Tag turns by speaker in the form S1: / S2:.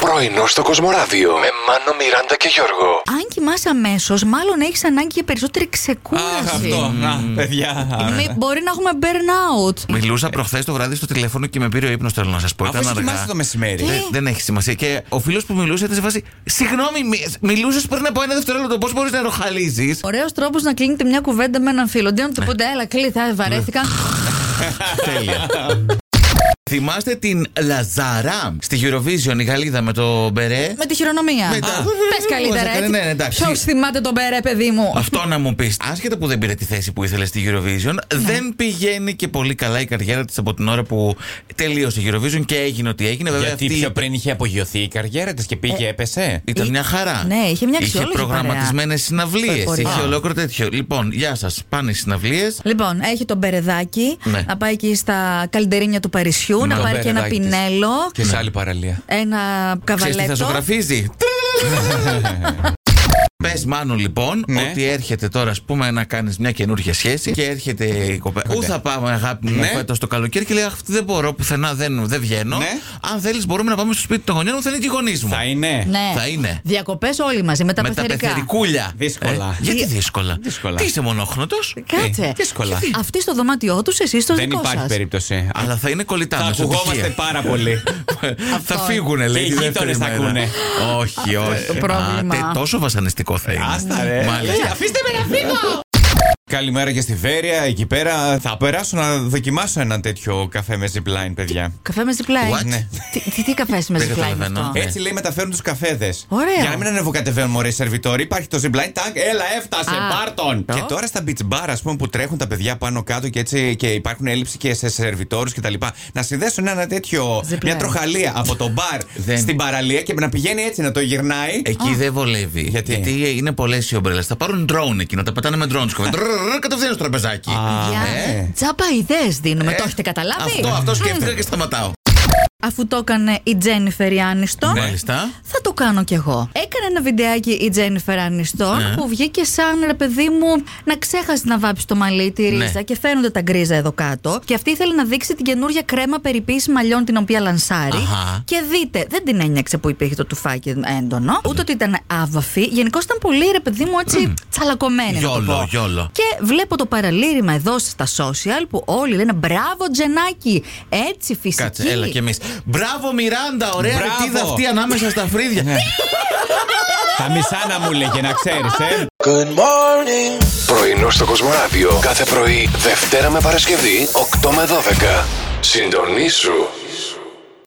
S1: Πρωινό στο Κοσμοράδιο με Μάνο, Μιράντα και Γιώργο.
S2: Αν κοιμάσαι αμέσως, μάλλον έχεις ανάγκη για περισσότερη
S3: Αχ,
S2: ξεκούραση. Ε,
S3: αυτό. Να, παιδιά.
S2: Μη- μπορεί να έχουμε burnout.
S4: Μιλούσα προχθές το βράδυ στο τηλέφωνο και με πήρε ο ύπνος, θέλω να σας πω.
S3: Αφού
S4: Ήταν
S3: εσύ
S4: αργά.
S3: κοιμάσαι το μεσημέρι.
S2: Ε,
S3: Ε,
S4: Δεν, δεν έχει σημασία. Και ο φίλος που μιλούσε ήταν σε φάση. Συγγνώμη, μι, μιλούσες πριν από ένα δευτερόλεπτο. Πώς μπορείς να ροχαλίζεις.
S2: Ωραίος τρόπος να κλείνετε μια κουβέντα με έναν φίλο. Αντί να του πείτε, έλα, κλείθα, ε, βαρέθηκα.
S4: Τέλεια. Θυμάστε την Λαζαρά στη Eurovision η Γαλλίδα με το Μπερέ.
S2: με τη χειρονομία.
S4: Μετά. Α,
S2: Πες καλύτερα,
S4: ναι,
S2: έτσι.
S4: ναι, εντάξει.
S2: Ποιος θυμάται τον Μπερέ, παιδί μου.
S4: Αυτό να μου πεις. Άσχετα που δεν πήρε τη θέση που ήθελε στη Eurovision,
S3: Ναι.
S4: δεν πηγαίνει και πολύ καλά η καριέρα της από την ώρα που τελείωσε η Eurovision και έγινε ό,τι έγινε. Βέβαια,
S3: Γιατί
S4: αυτή
S3: πιο πριν είχε απογειωθεί η καριέρα της και
S2: Ε,
S3: πήγε, έπεσε.
S4: Ήταν
S2: Ή-
S4: μια χαρά.
S2: Ναι, είχε μια
S4: Είχε
S2: αξιόλογη
S4: προγραμματισμένες συναυλίε.
S2: Πορεία.
S4: Είχε
S2: Α.
S4: ολόκληρο τέτοιο. Λοιπόν, γεια σας. Πάνε οι συναυλίες.
S2: Λοιπόν, έχει τον Μπερεδάκι
S4: Ναι.
S2: να πάει εκεί στα καλντερίνια του Παρισιού, να
S3: Το
S2: πάρει και ένα
S3: μπερδάκι της.
S2: πινέλο,
S3: Και σε άλλη παραλία.
S2: ένα
S4: Ξέρεις τι θα
S2: καβαλέτο.
S4: ζωγραφίζει. Πες μάλλον λοιπόν
S3: Ναι.
S4: ότι έρχεται τώρα, ας πούμε, να κάνεις μια καινούργια σχέση και έρχεται η κοπέλα. Πού θα πάμε, αγάπη μου,
S3: Ναι.
S4: φέτο το καλοκαίρι και λέει Αχ, δεν μπορώ, πουθενά δεν, δεν βγαίνω.
S3: Ναι.
S4: Αν θέλεις, μπορούμε να πάμε στο σπίτι των γονιών μου, θα είναι και οι γονείς μου.
S3: Θα είναι.
S2: Ναι.
S4: Θα είναι.
S2: Διακοπές όλοι μαζί με τα
S4: Με τα
S2: πεθερικά.
S4: πεθερικούλια. Ε,
S3: Δύσκολα.
S4: γιατί δύσκολα.
S3: Δύσκολα.
S4: Τι είσαι μονόχνοτος
S2: Κάτσε.
S3: Ε, δύσκολα.
S2: Αυτοί στο δωμάτιό τους, εσείς στο
S3: Δεν
S2: δικό
S3: υπάρχει
S2: σας.
S3: περίπτωση.
S4: Αλλά θα είναι κολλητά
S3: Θα
S4: μεσοτυχία.
S3: ακουγόμαστε πάρα πολύ.
S4: θα φύγουνε, λέει.
S3: Και
S4: τη
S3: οι
S4: δεύτερη
S3: γείτονες θα
S4: μέρα.
S3: ακούνε.
S4: Όχι, όχι.
S2: πρόβλημα.
S4: Α, τε- τόσο βασανιστικό θα είναι.
S3: Άστα ρε.
S4: Μάλιστα.
S3: Αφήστε
S2: Ε,
S3: με να φύγω. Καλημέρα και στη Βέρεια, εκεί πέρα. Θα περάσω να δοκιμάσω ένα τέτοιο καφέ με zipline, παιδιά.
S2: Καφέ με ζυπλάι.
S4: What?
S3: Ναι.
S2: Τι, τι, τι καφέ με
S4: Δεν
S2: ζυπλάι είναι
S4: καταλαβαίνω.
S2: αυτό.
S4: Ε,
S3: Έτσι λέει μεταφέρουν τους καφέδες.
S2: Ναι. Ωραία.
S3: Για να μην ανεβοκατεβαίνουν μωρέ οι σερβιτόροι, υπάρχει το zipline tag. Έλα, έφτασε,
S2: Α.
S3: πάρ' τον.
S2: Το.
S3: Και τώρα στα beach bar, ας πούμε, που τρέχουν τα παιδιά πάνω κάτω και έτσι και υπάρχουν έλλειψη και σε σερβιτόρους κτλ. Να συνδέσουν ένα τέτοιο.
S2: Zipline.
S3: Μια τροχαλία από το μπαρ
S4: Δεν- Ε,
S3: στην παραλία και να πηγαίνει έτσι να το γυρνάει.
S4: Εκεί δεν βολεύει.
S3: Γιατί?
S4: είναι πολλές οι ομπρέλες. Θα πάρουν drone εκείνο, τα πετάνε με drone σκοβέ. Κατευθείαν στο τραπεζάκι.
S2: Για
S3: ναι.
S4: ε.
S2: Τζάμπα ιδέες δίνουμε,
S4: Ε,
S2: το έχετε καταλάβει.
S4: Αυτό, αυτό σκέφτηκα και σταματάω.
S2: Αφού το έκανε η Τζένιφερ η Άνιστον,
S4: Μάλιστα.
S2: θα το κάνω κι εγώ. Έκανε ένα βιντεάκι η Τζένιφερ Άνιστον
S4: Ναι.
S2: που βγήκε σαν ρε παιδί μου να ξέχασε να βάψει το μαλλί τη
S4: Ναι.
S2: ρίζα και φαίνονται τα γκρίζα εδώ κάτω. Και αυτή ήθελε να δείξει την καινούργια κρέμα περιποίηση μαλλιών την οποία λανσάρει.
S4: Αχα.
S2: Και δείτε, δεν την ένιωξε που υπήρχε το τουφάκι έντονο,
S4: Ναι.
S2: ούτε ότι ήταν άβαφη. Γενικώς ήταν πολύ ρε παιδί μου έτσι τσαλακωμένη. να το
S4: Γιόλο,
S2: πω.
S4: γιόλο.
S2: Και βλέπω το παραλήρημα εδώ στα social που όλοι λένε μπράβο Τζενάκι. Έτσι φυσική.
S4: Κάτσε, έλα κι εμείς. Μπράβο, Μιράντα, ωραία
S3: Μπράβο.
S4: ρητίδα αυτή ανάμεσα στα φρύδια.
S3: Ναι. Τα μισά να μου λέγε, να ξέρεις, ε.
S1: Πρωινό στο Κοσμοράδιο κάθε πρωί, Δευτέρα με Παρασκευή, 8 με 12. Συντονίσου